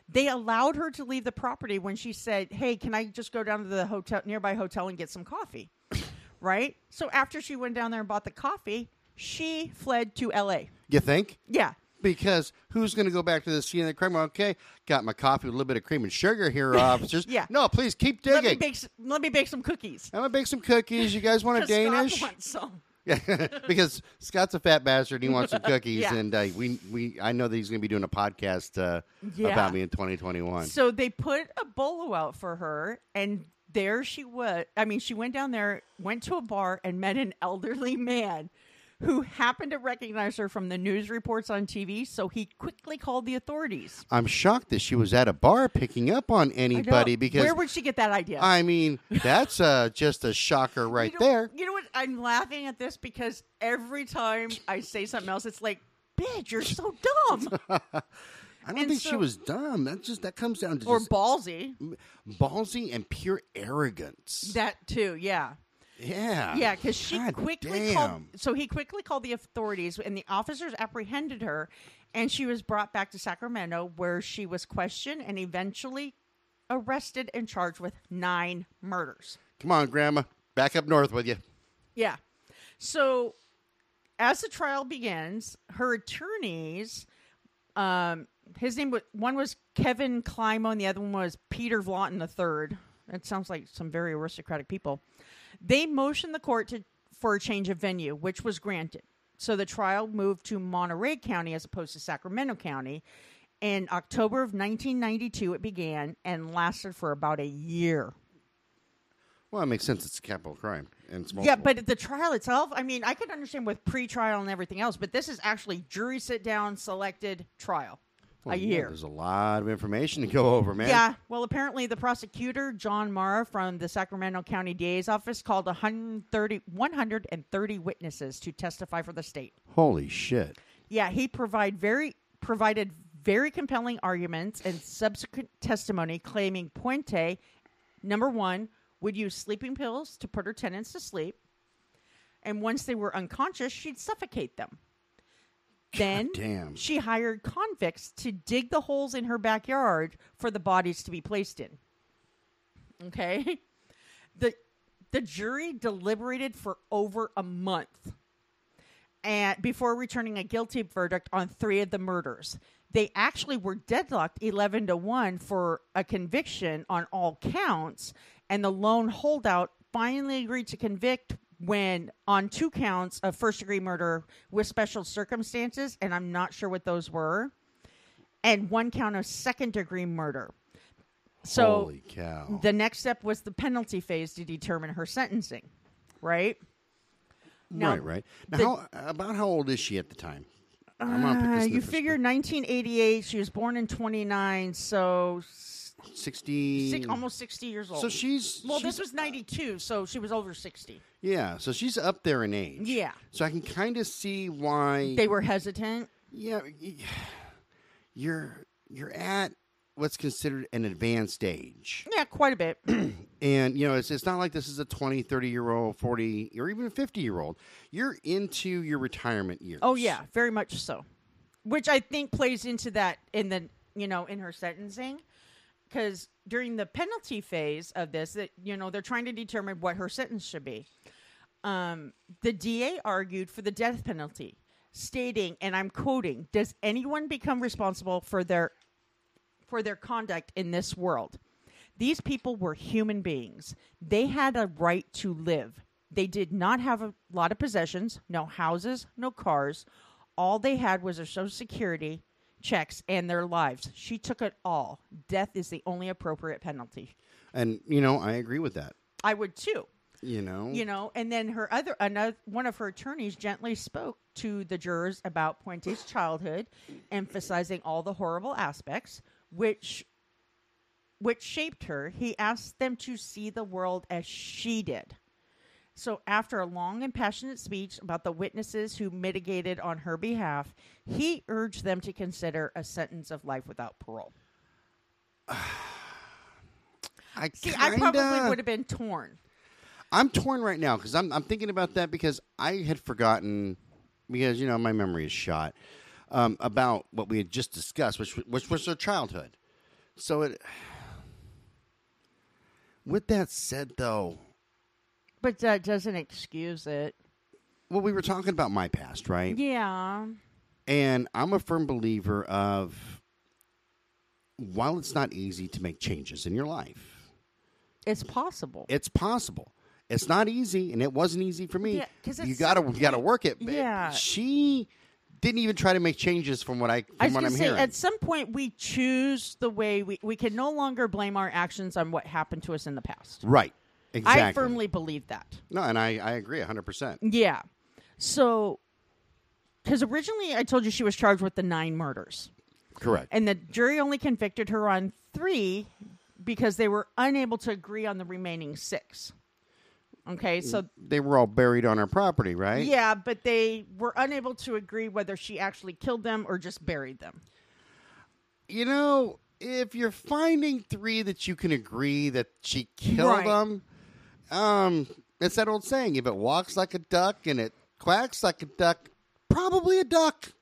S2: They allowed her to leave the property when she said, "Hey, can I just go down to the hotel nearby hotel and get some coffee?" right? So after she went down there and bought the coffee, she fled to LA.
S1: you think?
S2: Yeah.
S1: Because who's going to go back to the scene of the crime? Okay, got my coffee with a little bit of cream and sugar here, officers.
S2: Yeah.
S1: No, please keep digging.
S2: Let me bake s- let me bake some cookies.
S1: I'm gonna bake some cookies. You guys want a
S2: 'Cause Scott
S1: Danish?
S2: wants some.
S1: Yeah, because Scott's a fat bastard. and He wants some cookies,
S2: Yeah.
S1: and uh, we we I know that he's gonna be doing a podcast uh,
S2: Yeah.
S1: about me in 2021.
S2: So they put a bolo out for her, and there she was. I mean, she went down there, went to a bar, and met an elderly man who happened to recognize her from the news reports on TV. So he quickly called the authorities.
S1: I'm shocked that she was at a bar picking up on
S2: I know.
S1: anybody because
S2: where would she get that idea?
S1: I mean that's uh, just a shocker right
S2: You know-
S1: there.
S2: You know what? I'm laughing at this because every time I say something else, it's like, "Bitch, you're so dumb."
S1: I don't
S2: And
S1: think she
S2: so-
S1: was dumb. That just that comes down to
S2: or
S1: just
S2: ballsy.
S1: ballsy and pure arrogance.
S2: That too, yeah.
S1: yeah,
S2: Yeah, because she
S1: God
S2: quickly called.
S1: damn.
S2: So he quickly called the authorities, and the officers apprehended her, and she was brought back to Sacramento, where she was questioned and eventually arrested and charged with nine murders.
S1: Come on, Grandma, back up north with you.
S2: Yeah. So, as the trial begins, her attorneys, um, his name was one was Kevin Climo, and the other one was Peter Vlonten the third. That sounds like some very aristocratic people. They motioned the court to for a change of venue, which was granted. So the trial moved to Monterey County as opposed to Sacramento County. In October of 1992, it began and lasted for about a year.
S1: Well, it makes sense. It's a capital crime, and it's
S2: Yeah,
S1: multiple.
S2: but the trial itself, I mean, I could understand with pre-trial and everything else, but this is actually jury sit down selected trial.
S1: Well,
S2: a
S1: yeah,
S2: year.
S1: There's a lot of information to go over, man.
S2: Yeah. Well, apparently the prosecutor, John Mara from the Sacramento County DA's office called 130 130 witnesses to testify for the state.
S1: Holy shit.
S2: Yeah, he provide very provided very compelling arguments and subsequent testimony claiming Puente, number one, would use sleeping pills to put her tenants to sleep, and once they were unconscious, she'd suffocate them. Then
S1: damn.
S2: she hired convicts to dig the holes in her backyard for the bodies to be placed in. Okay. The the jury deliberated for over a month and before returning a guilty verdict on three of the murders. They actually were deadlocked 11 to 1 for a conviction on all counts, and the lone holdout finally agreed to convict when on two counts of first degree murder with special circumstances, and I'm not sure what those were, and one count of second degree murder. So
S1: Holy cow.
S2: the next step was the penalty phase to determine her sentencing, right? Now,
S1: right, right. Now,
S2: the-
S1: how, about how old is she at the time? I'm gonna put
S2: Uh,
S1: this in
S2: you
S1: the
S2: figure 1988. She was born in 29, so s-
S1: perspective. sixty,
S2: six, almost 60 years old.
S1: Mm. So she's
S2: well,
S1: she's-
S2: this was 92, so she was over 60.
S1: yeah. So she's up there in age.
S2: Yeah.
S1: So I can kind of see why.
S2: They were hesitant.
S1: yeah, y- you're you're at what's considered an advanced age,
S2: Yeah, quite a bit.
S1: and you know it's it's not like this is a 20, 30 year old, forty, or even a fifty year old. You're into your retirement years.
S2: Oh yeah, very much so. Which I think plays into that in the you know in her sentencing, because during the penalty phase of this, that you know they're trying to determine what her sentence should be. Um, the DA argued for the death penalty, stating, and I'm quoting: "Does anyone become responsible for their for their conduct in this world. These people were human beings. They had a right to live. They did not have a lot of possessions, no houses, no cars. All they had was their social security checks and their lives. She took it all. Death is the only appropriate penalty.
S1: and you know I agree with that.
S2: I would too.
S1: You know.
S2: You know, and then her other another one of her attorneys gently spoke to the jurors about Puente's childhood, emphasizing all the horrible aspects which which shaped her. He asked them to see the world as she did. So after a long and passionate speech about the witnesses who mitigated on her behalf, he urged them to consider a sentence of life without parole.
S1: I
S2: See, I
S1: kinda,
S2: probably would have been torn.
S1: I'm torn right now because I'm, I'm thinking about that because I had forgotten because you know my memory is shot um, about what we had just discussed, which which was her childhood. So it. With that said, though,
S2: But that doesn't excuse it.
S1: well, we were talking about my past, right?
S2: Yeah.
S1: And I'm a firm believer of while it's not easy to make changes in your life,
S2: It's possible.
S1: it's possible. It's not easy, and it wasn't easy for me.
S2: Yeah, 'cause at
S1: you gotta
S2: some
S1: you gotta
S2: point-
S1: work it. But
S2: Yeah.
S1: she didn't even try to make changes from what I from
S2: I was
S1: what
S2: gonna
S1: I'm
S2: say,
S1: hearing.
S2: at some point, we choose the way we we can no longer blame our actions on what happened to us in the past.
S1: right, exactly.
S2: I firmly believe that.
S1: no, and I I agree 100. percent
S2: Yeah. So, because originally I told you she was charged with the nine murders,
S1: Correct.
S2: and the jury only convicted her on three because they were unable to agree on the remaining six. Okay, so
S1: they were all buried on our property, right?
S2: yeah, but they were unable to agree whether she actually killed them or just buried them.
S1: you know, if you're finding three that you can agree that she killed
S2: Right.
S1: them, um, it's that old saying: if it walks like a duck and it quacks like a duck, probably a duck.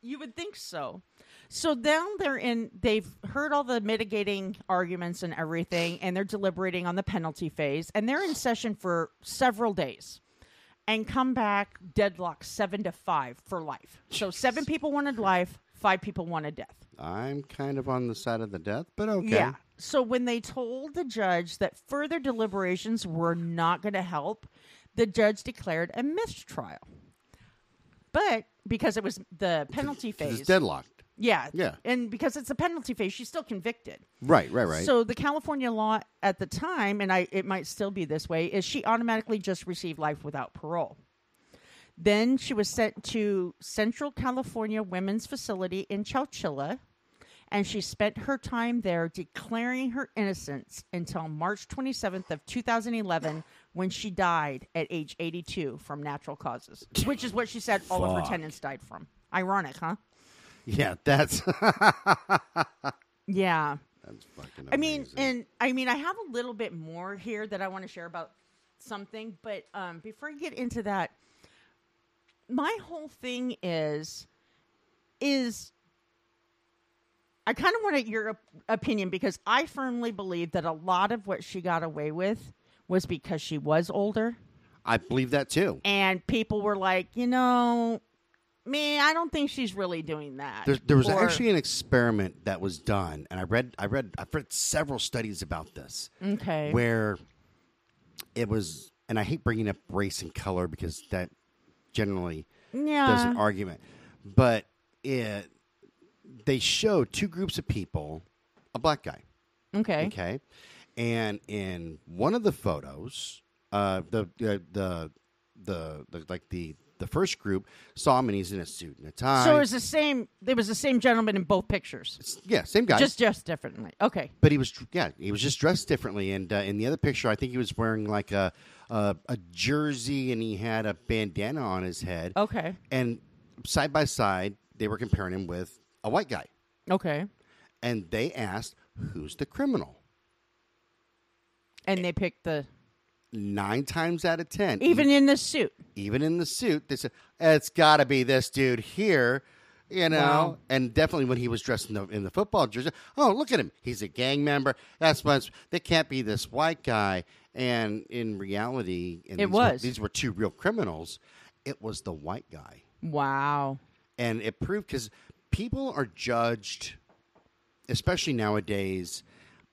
S2: You would think so. So down there in they've heard all the mitigating arguments and everything, and they're deliberating on the penalty phase, and they're in session for several days. And come back deadlock seven to five for life. So seven people wanted life, five people wanted death.
S1: I'm kind of on the side of the death, but okay.
S2: Yeah. So when they told the judge that further deliberations were not going to help, the judge declared a mistrial. But because it was the penalty
S1: This
S2: phase,
S1: is deadlocked.
S2: yeah,
S1: Yeah.
S2: and because it's a penalty phase, she's still convicted.
S1: Right, right, right.
S2: So the California law at the time, and I it might still be this way, is she automatically just received life without parole. Then she was sent to Central California Women's Facility in Chowchilla, and she spent her time there declaring her innocence until March 27th of 2011 when she died at age 82 from natural causes, which is what she said all of her
S1: Fuck.
S2: tenants died from. Ironic, huh?
S1: yeah, that's
S2: Yeah.
S1: that's fucking. Amazing.
S2: I mean, and I mean, I have a little bit more here that I want to share about something, but um, before I get into that, my whole thing is, is I kind of wanted your op- opinion because I firmly believe that a lot of what she got away with was because she was older,
S1: I believe that too.
S2: and people were like, you know, man, I don't think she's really doing that.
S1: There, there was
S2: Or-
S1: actually an experiment that was done, and I read, I read, I've read several studies about this.
S2: okay,
S1: where it was, and I hate bringing up race and color because that generally
S2: yeah,
S1: does an argument, but it they show two groups of people, a black guy,
S2: okay,
S1: okay, and in one of the photos, uh, the uh, the the the like the the first group saw him and he's in a suit and a tie.
S2: So it was the same. It was the same gentleman in both pictures,
S1: It's- yeah, same guy.
S2: just just differently. Okay,
S1: but he was yeah he was just dressed differently and uh, in the other picture i think he was wearing like a, a a jersey and he had a bandana on his head
S2: okay,
S1: and side by side they were comparing him with a white guy
S2: okay.
S1: and they asked who's the criminal
S2: And they picked the
S1: nine times out of ten e-
S2: even in the suit.
S1: even in the suit they said it's got to be this dude here you know,
S2: Wow.
S1: and definitely when he was dressed in the, in the football jersey. Oh, look at him! He's a gang member. That's why it's- they can't be this white guy. And in reality, and
S2: It
S1: these Were,
S2: was.
S1: these were two real criminals. It was the white guy,
S2: Wow.
S1: and it proved because people are judged, especially nowadays,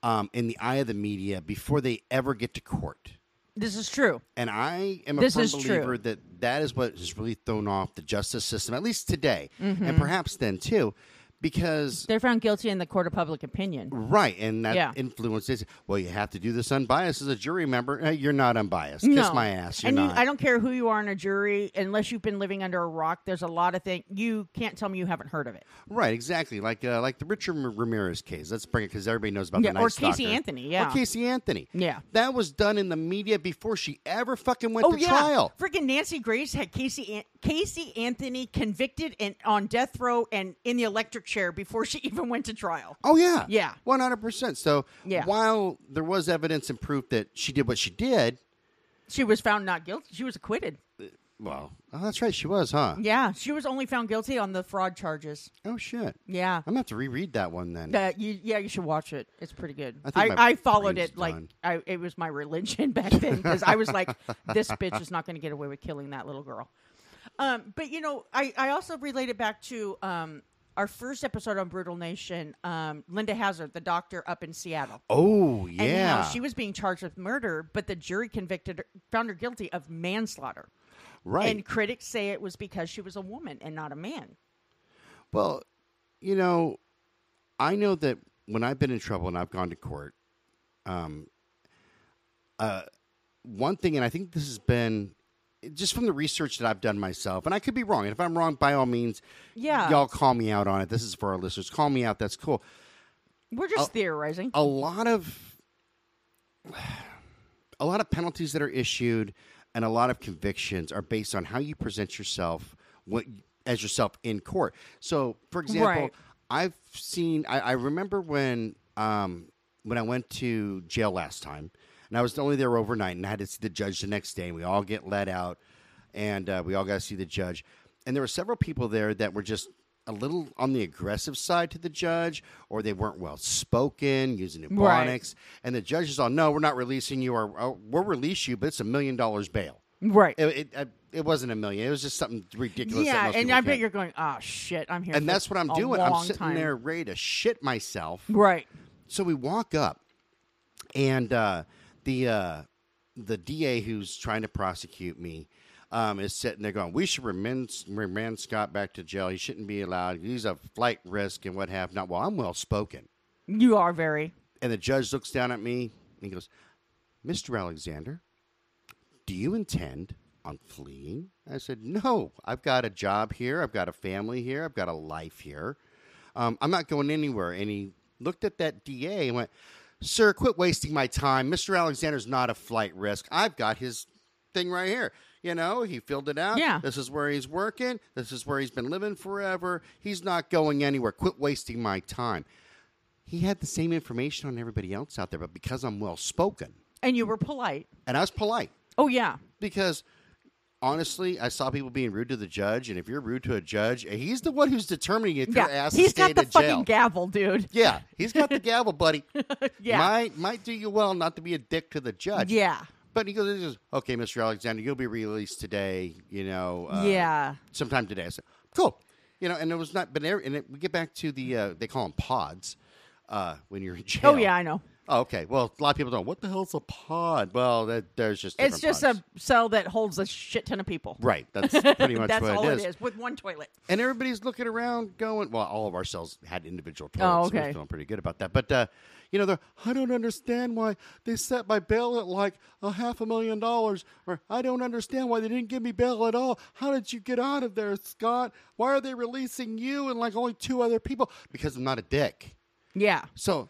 S1: um, in the eye of the media before they ever get to court.
S2: This is true.
S1: And I am a
S2: This
S1: firm
S2: is true.
S1: believer that that is what has really thrown off the justice system, at least today,
S2: Mm-hmm.
S1: and perhaps then too, because
S2: They're found guilty in the court of public opinion.
S1: right, and that
S2: Yeah.
S1: influences. Well, you have to do this unbiased as a jury member. Uh, you're not unbiased. Kiss
S2: No.
S1: my ass. You're
S2: and
S1: not.
S2: You, I don't care who you are in a jury, unless you've been living under a rock. There's a lot of things you can't tell me you haven't heard of it.
S1: right, exactly. Like uh, like the Richard M- Ramirez case. Let's bring it because everybody knows about
S2: Yeah,
S1: the
S2: or
S1: Night
S2: Casey
S1: Stalker.
S2: Anthony, yeah.
S1: or Casey Anthony.
S2: Yeah.
S1: that was done in the media before she ever fucking went
S2: Oh
S1: to
S2: yeah,
S1: trial.
S2: freaking Nancy Grace had Casey An- Casey Anthony convicted and on death row and in the electric chair before she even went to trial.
S1: Oh yeah,
S2: Yeah.
S1: one hundred percent. So
S2: Yeah.
S1: while there was evidence and proof that she did what she did,
S2: She was found not guilty. She was acquitted.
S1: well, oh, that's right, she was, huh?
S2: Yeah, she was only found guilty on the fraud charges.
S1: Oh shit,
S2: Yeah.
S1: I'm gonna have to reread that one then.
S2: That you, yeah, you should watch it. It's pretty good.
S1: I
S2: I,
S1: think my
S2: I, followed
S1: brain's
S2: it like
S1: done.
S2: I, it was my religion back then because I was like, this bitch is not going to get away with killing that little girl. Um, but you know, I, I also relate it back to um, our first episode on Brutal Nation. Um, Linda Hazard, the doctor up in Seattle,
S1: oh yeah,
S2: and how she was being charged with murder, but the jury convicted her, found her guilty of manslaughter.
S1: right.
S2: And critics say it was because she was a woman and not a man.
S1: well, you know, I know that when I've been in trouble and I've gone to court, um, uh, one thing, and I think this has been just from the research that I've done myself, and I could be wrong. And if I'm wrong, by all means,
S2: Yeah.
S1: y'all call me out on it. This is for our listeners. Call me out. That's cool.
S2: We're just
S1: Oh.
S2: theorizing.
S1: a lot of a lot of penalties that are issued and a lot of convictions are based on how you present yourself what, as yourself in court. So, for example,
S2: Right.
S1: I've seen. I, I remember when um, when I went to jail last time, and I was only there overnight, and I had to see the judge the next day. And we all get let out, and uh, we all got to see the judge. And there were several people there that were just a little on the aggressive side to the judge, or they weren't well spoken, using ebonics. And the judge is all, "No, we're not releasing you, or oh, we'll release you, but it's a million dollars bail."
S2: Right.
S1: It, it, I- it wasn't a million; it was just something ridiculous. that
S2: yeah,
S1: most
S2: and
S1: people
S2: I bet
S1: can't
S2: you're going, oh shit, I'm here.
S1: and
S2: for
S1: that's what I'm
S2: a
S1: doing. I'm
S2: long
S1: sitting
S2: time."
S1: there ready to shit myself.
S2: Right.
S1: So we walk up, and uh, the uh, the DA who's trying to prosecute me um, is sitting there going, "We should remand, remand Scott back to jail. He shouldn't be allowed. He's a flight risk and what have not." Well, I'm well spoken,
S2: You are very.
S1: and the judge looks down at me and goes, "Mr. Alexander, do you intend?" On fleeing? I said, No, I've got a job here. I've got a family here. I've got a life here. Um, I'm not going anywhere. And he looked at that DA and went, Sir, quit wasting my time. Mr. Alexander's not a flight risk. I've got his thing right here. You know, he filled it out.
S2: Yeah.
S1: This is where he's working. This is where he's been living forever. He's not going anywhere. Quit wasting my time. He had the same information on everybody else out there, but because I'm well spoken
S2: And you were polite.
S1: and I was polite,
S2: Oh yeah.
S1: because honestly, I saw people being rude to the judge, and if you're rude to a judge, eh, he's the one who's determining if your
S2: Yeah.
S1: ass
S2: He's
S1: is staying
S2: got the
S1: in
S2: fucking
S1: jail.
S2: gavel, dude.
S1: yeah, he's got the gavel, buddy.
S2: Yeah.
S1: might might do you well not to be a dick to the judge.
S2: yeah.
S1: but he goes, he goes, okay, Mr. Alexander, you'll be released today. You know, uh,
S2: yeah.
S1: sometime today. I said, cool. You know, and it was not, but there, and it, we get back to the uh, they call them pods uh, when you're in jail.
S2: Oh yeah, I know.
S1: Oh, okay. Well, a lot of people don't. What the hell's a pod? Well, that, there's just
S2: It's
S1: different
S2: just
S1: pods.
S2: a cell that holds a shit ton of people.
S1: Right. That's pretty much
S2: That's
S1: what
S2: all
S1: it is.
S2: with one toilet.
S1: And everybody's looking around going, well, all of our cells had individual toilets.
S2: Oh,
S1: So I
S2: okay.
S1: was feeling pretty good about that. But, uh, you know, they're, I don't understand why they set my bail at like a half a million dollars. Or I don't understand why they didn't give me bail at all. How did you get out of there, Scott? Why are they releasing you and like only two other people? Because I'm not a dick.
S2: Yeah.
S1: So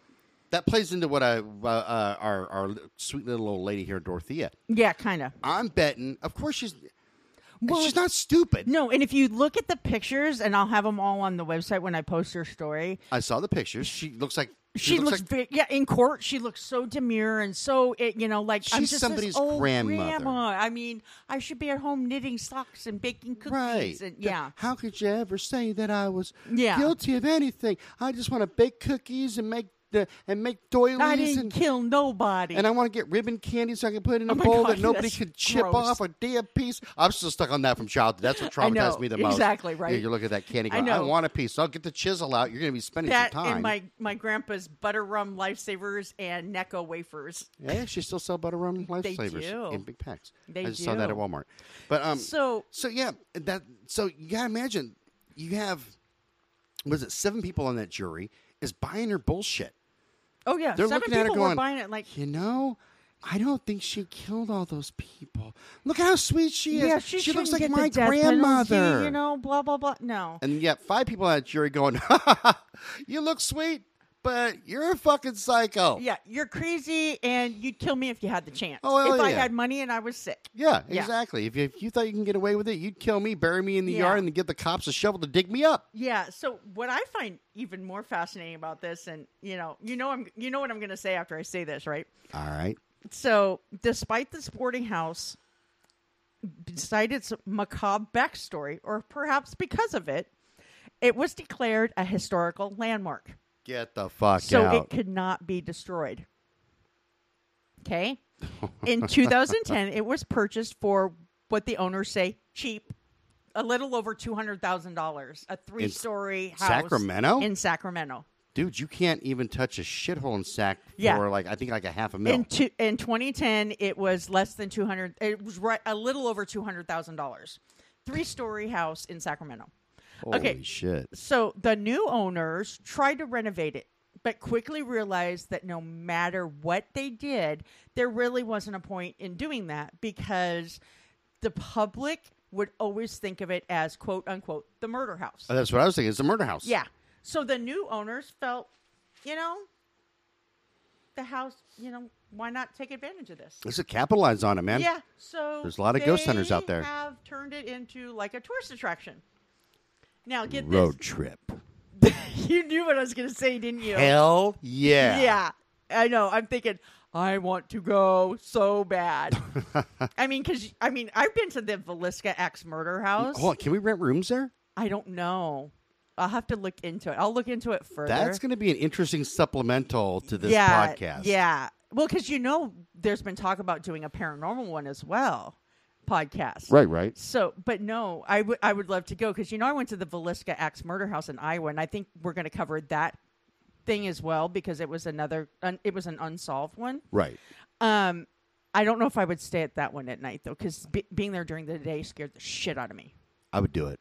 S1: that plays into what I, uh, uh, our, our sweet little old lady here, Dorothea.
S2: Yeah, kind of.
S1: I'm betting, of course, she's,
S2: Well,
S1: she's not stupid.
S2: No, and if you look at the pictures, and I'll have them all on the website when I post her story.
S1: I saw the pictures. She looks like
S2: She, looks,
S1: like
S2: ve- yeah, in court, she looks so demure and so, it, you know, like I'm
S1: She's
S2: just
S1: somebody's
S2: this old
S1: grandmother.
S2: Grandma. I mean, I should be at home knitting socks and baking cookies.
S1: right. Th-
S2: And, yeah.
S1: How could you ever say that I was
S2: Yeah.
S1: guilty of anything? I just want to bake cookies and make the and make doilies
S2: I didn't
S1: and
S2: kill nobody.
S1: and I want to get ribbon candy so I can put it in a
S2: Oh my
S1: bowl
S2: God,
S1: that nobody
S2: that's
S1: could chip
S2: gross.
S1: off a damn piece. I'm still stuck on that from childhood. That's what
S2: I know,
S1: traumatized me the most.
S2: exactly,
S1: You-
S2: right.
S1: You look at that candy.
S2: I
S1: Going, I,
S2: know.
S1: want a piece. I'll get the chisel out. You're going to be spending
S2: that
S1: some time.
S2: and my, my grandpa's butter rum lifesavers and Necco wafers.
S1: they actually still sell butter rum
S2: They do.
S1: lifesavers in big packs.
S2: They
S1: I just saw that
S2: do.
S1: at Walmart. But um,
S2: So,
S1: So yeah, that so you gotta imagine you have was it seven people on that jury is buying her bullshit.
S2: oh yeah,
S1: They're
S2: seven
S1: looking at her
S2: people were
S1: going,
S2: buying it. Like,
S1: You know, I don't think she killed all those people. Look how sweet she is.
S2: yeah, she,
S1: looks
S2: shouldn't
S1: like
S2: get the
S1: my
S2: death penalty,
S1: grandmother.
S2: you know, blah blah blah. No,
S1: And yet five people on that jury going, You look sweet, but you're a fucking psycho.
S2: Yeah, you're crazy, and you'd kill me if you had the chance.
S1: Oh, hell
S2: if I
S1: yeah.
S2: had money and I was sick.
S1: Yeah,
S2: Yeah.
S1: exactly. If you, if you thought you can get away with it, you'd kill me, bury me in the
S2: Yeah.
S1: yard, and get the cops a shovel to dig me up.
S2: Yeah. So what I find even more fascinating about this, and you know, you know, I'm, you know what I'm going to say after I say this, right?
S1: All right.
S2: So despite the sporting house, beside its macabre backstory, or perhaps because of it, it was declared a historical landmark,
S1: Get the fuck
S2: so
S1: out.
S2: it could not be destroyed. Okay. in 2010 it was purchased for what the owners say cheap a little over $200000 a three-story house
S1: Sacramento?
S2: in sacramento
S1: dude, you can't even touch a shithole in sack
S2: Yeah.
S1: for like I think like a half a mil.
S2: in, two, in 2010 it was less than 200 it was right a little over $200000 three-story house in sacramento
S1: Holy
S2: okay.
S1: shit!
S2: so the new owners tried to renovate it but quickly realized that no matter what they did there really wasn't a point in doing that because the public would always think of it as quote unquote the murder house
S1: Oh, that's what I was thinking. It's a murder house.
S2: yeah so the new owners felt you know the house you know why not take advantage of this
S1: let's capitalize on it, man.
S2: yeah, so
S1: There's a lot of ghost hunters
S2: they
S1: out there.
S2: Have turned it into like a tourist attraction. Now get
S1: Road
S2: this.
S1: trip.
S2: you knew what I was going to say, didn't you?
S1: Hell yeah.
S2: Yeah, I know. I'm thinking, I want to go so bad. I mean, because I mean, I've been to the Velisca X murder house.
S1: Hold on, can we rent rooms there?
S2: I don't know. I'll have to look into it. I'll look into it further.
S1: That's going to be an interesting supplemental to this
S2: yeah,
S1: podcast.
S2: Yeah. Well, because you know, there's been talk about doing a paranormal one as well, podcast.
S1: Right, right.
S2: So, but no, I would I would love to go because you know I went to the Velisca Axe Murder House in Iowa, and I think we're going to cover that thing as well because it was another un, it was an unsolved one.
S1: Right.
S2: Um, I don't know if I would stay at that one at night though, because be- being there during the day scared the shit out of me.
S1: I would do it.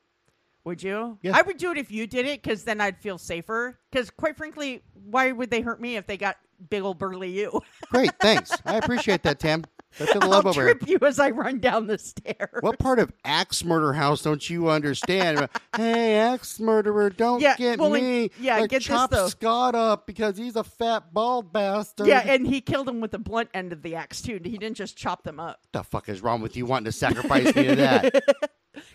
S2: Would you?
S1: Yeah.
S2: I would do it if you did it because then I'd feel safer. Because quite frankly, why would they hurt me if they got big old burly you?
S1: Great. Thanks. I appreciate that, Tam. That's the love
S2: I'll
S1: over here.
S2: trip you as I run down the stairs.
S1: What part of axe murder house don't you understand? hey, axe murderer, don't
S2: Yeah,
S1: get
S2: well, and-
S1: me.
S2: yeah,
S1: Like,
S2: get this,
S1: chop
S2: though.
S1: Scott up because he's a fat bald bastard.
S2: Yeah, and he killed him with the blunt end of the axe too. He didn't just chop them up.
S1: the fuck is wrong with you wanting to sacrifice me to that?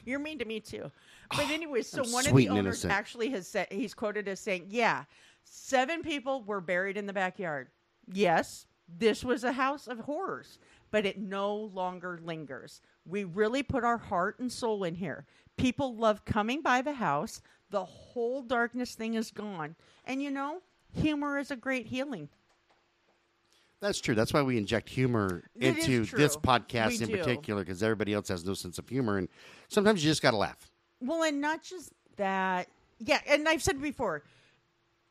S2: You're mean to me too. But anyway, so
S1: I'm
S2: one of
S1: sweet
S2: the
S1: and
S2: owners
S1: innocent.
S2: actually has said he's quoted as saying, "Yeah, seven people were buried in the backyard. Yes, this was a house of horrors, but it no longer lingers. We really put our heart and soul in here. People love coming by the house. The whole darkness thing is gone. And you know, humor is a great healing.
S1: That's true. That's why we inject humor
S2: It is
S1: into this
S2: true.
S1: podcast
S2: We
S1: in
S2: do.
S1: particular because everybody else has no sense of humor, and sometimes you just got to laugh.
S2: Well, and not just that. Yeah, and I've said before,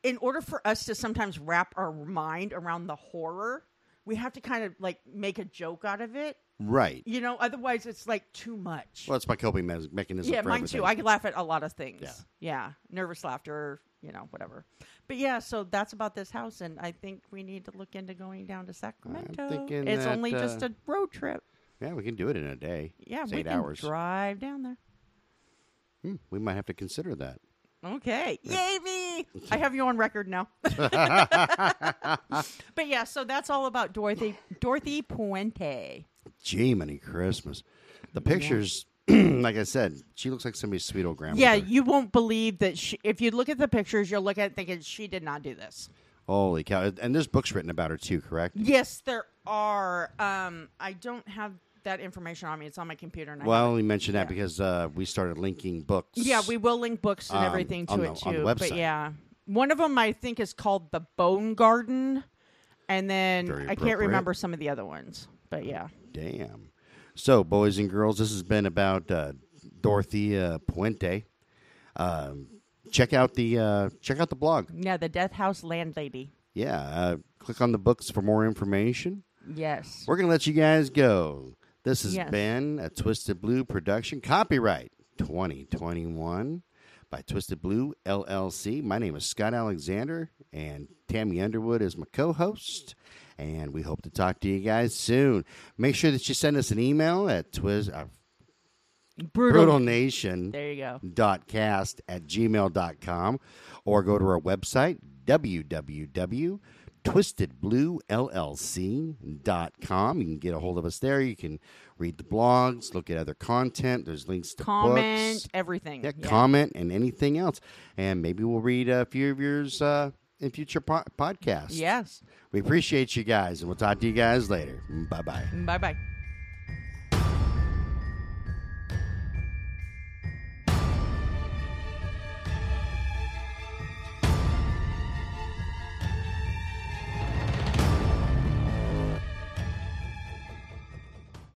S2: in order for us to sometimes wrap our mind around the horror, we have to kind of like make a joke out of it.
S1: Right.
S2: You know, otherwise it's like too much.
S1: Well, it's my coping mes- mechanism.
S2: yeah,
S1: for
S2: mine
S1: everything.
S2: too. I could laugh at a lot of things.
S1: Yeah.
S2: yeah, nervous laughter, you know, whatever. But yeah, so that's about this house, and I think we need to look into going down to Sacramento.
S1: thinking
S2: it's
S1: that,
S2: only
S1: uh,
S2: just a road trip.
S1: Yeah, we can do it in a day.
S2: Yeah,
S1: it's
S2: we
S1: eight
S2: can
S1: hours.
S2: drive down there.
S1: Hmm, we might have to consider that.
S2: Okay. Yay me! I have you on record now. but yeah, so that's all about Dorothy Dorothy Puente.
S1: Jiminy Christmas. The pictures, like I said, she looks like somebody's sweet old grandmother.
S2: Yeah, you won't believe that she, if you look at the pictures, you'll look at it thinking she did not do this.
S1: Holy cow. And there's books written about her too, correct?
S2: Yes, there are. Um, I don't have that information on me. It's on my computer and I
S1: Well, I
S2: have
S1: only mentioned that
S2: Yeah.
S1: because uh, we started linking books.
S2: Yeah, we will link books and
S1: Um,
S2: everything to
S1: on the-
S2: it too.
S1: on the
S2: But
S1: website.
S2: yeah, one of them I think is called the Bone Garden, and then
S1: Very
S2: I can't
S1: appropriate.
S2: remember some of the other ones. But yeah.
S1: Damn. So, boys and girls, this has been about uh, Dorothy uh, Puente. Um, check out the uh, check out the blog.
S2: Yeah, the Death House Landlady.
S1: Yeah, uh, click on the books for more information.
S2: Yes.
S1: We're going to let you guys go. This has
S2: Yes.
S1: been a Twisted Blue production, copyright 2021 by Twisted Blue LLC. My name is Scott Alexander, and Tammy Underwood is my co host. And we hope to talk to you guys soon. Make sure that you send us an email at twist, uh, brutalnation
S2: There you go.
S1: cast at gmail.com or go to our website www.twistedbluellc.com you can get a hold of us there you can read the blogs look at other content there's links to
S2: Comment
S1: books
S2: everything.
S1: yeah, comment and anything else and maybe we'll read a few of yours uh, in future po- podcasts
S2: Yes.
S1: we appreciate you guys and we'll talk to you guys later bye bye
S2: Bye bye.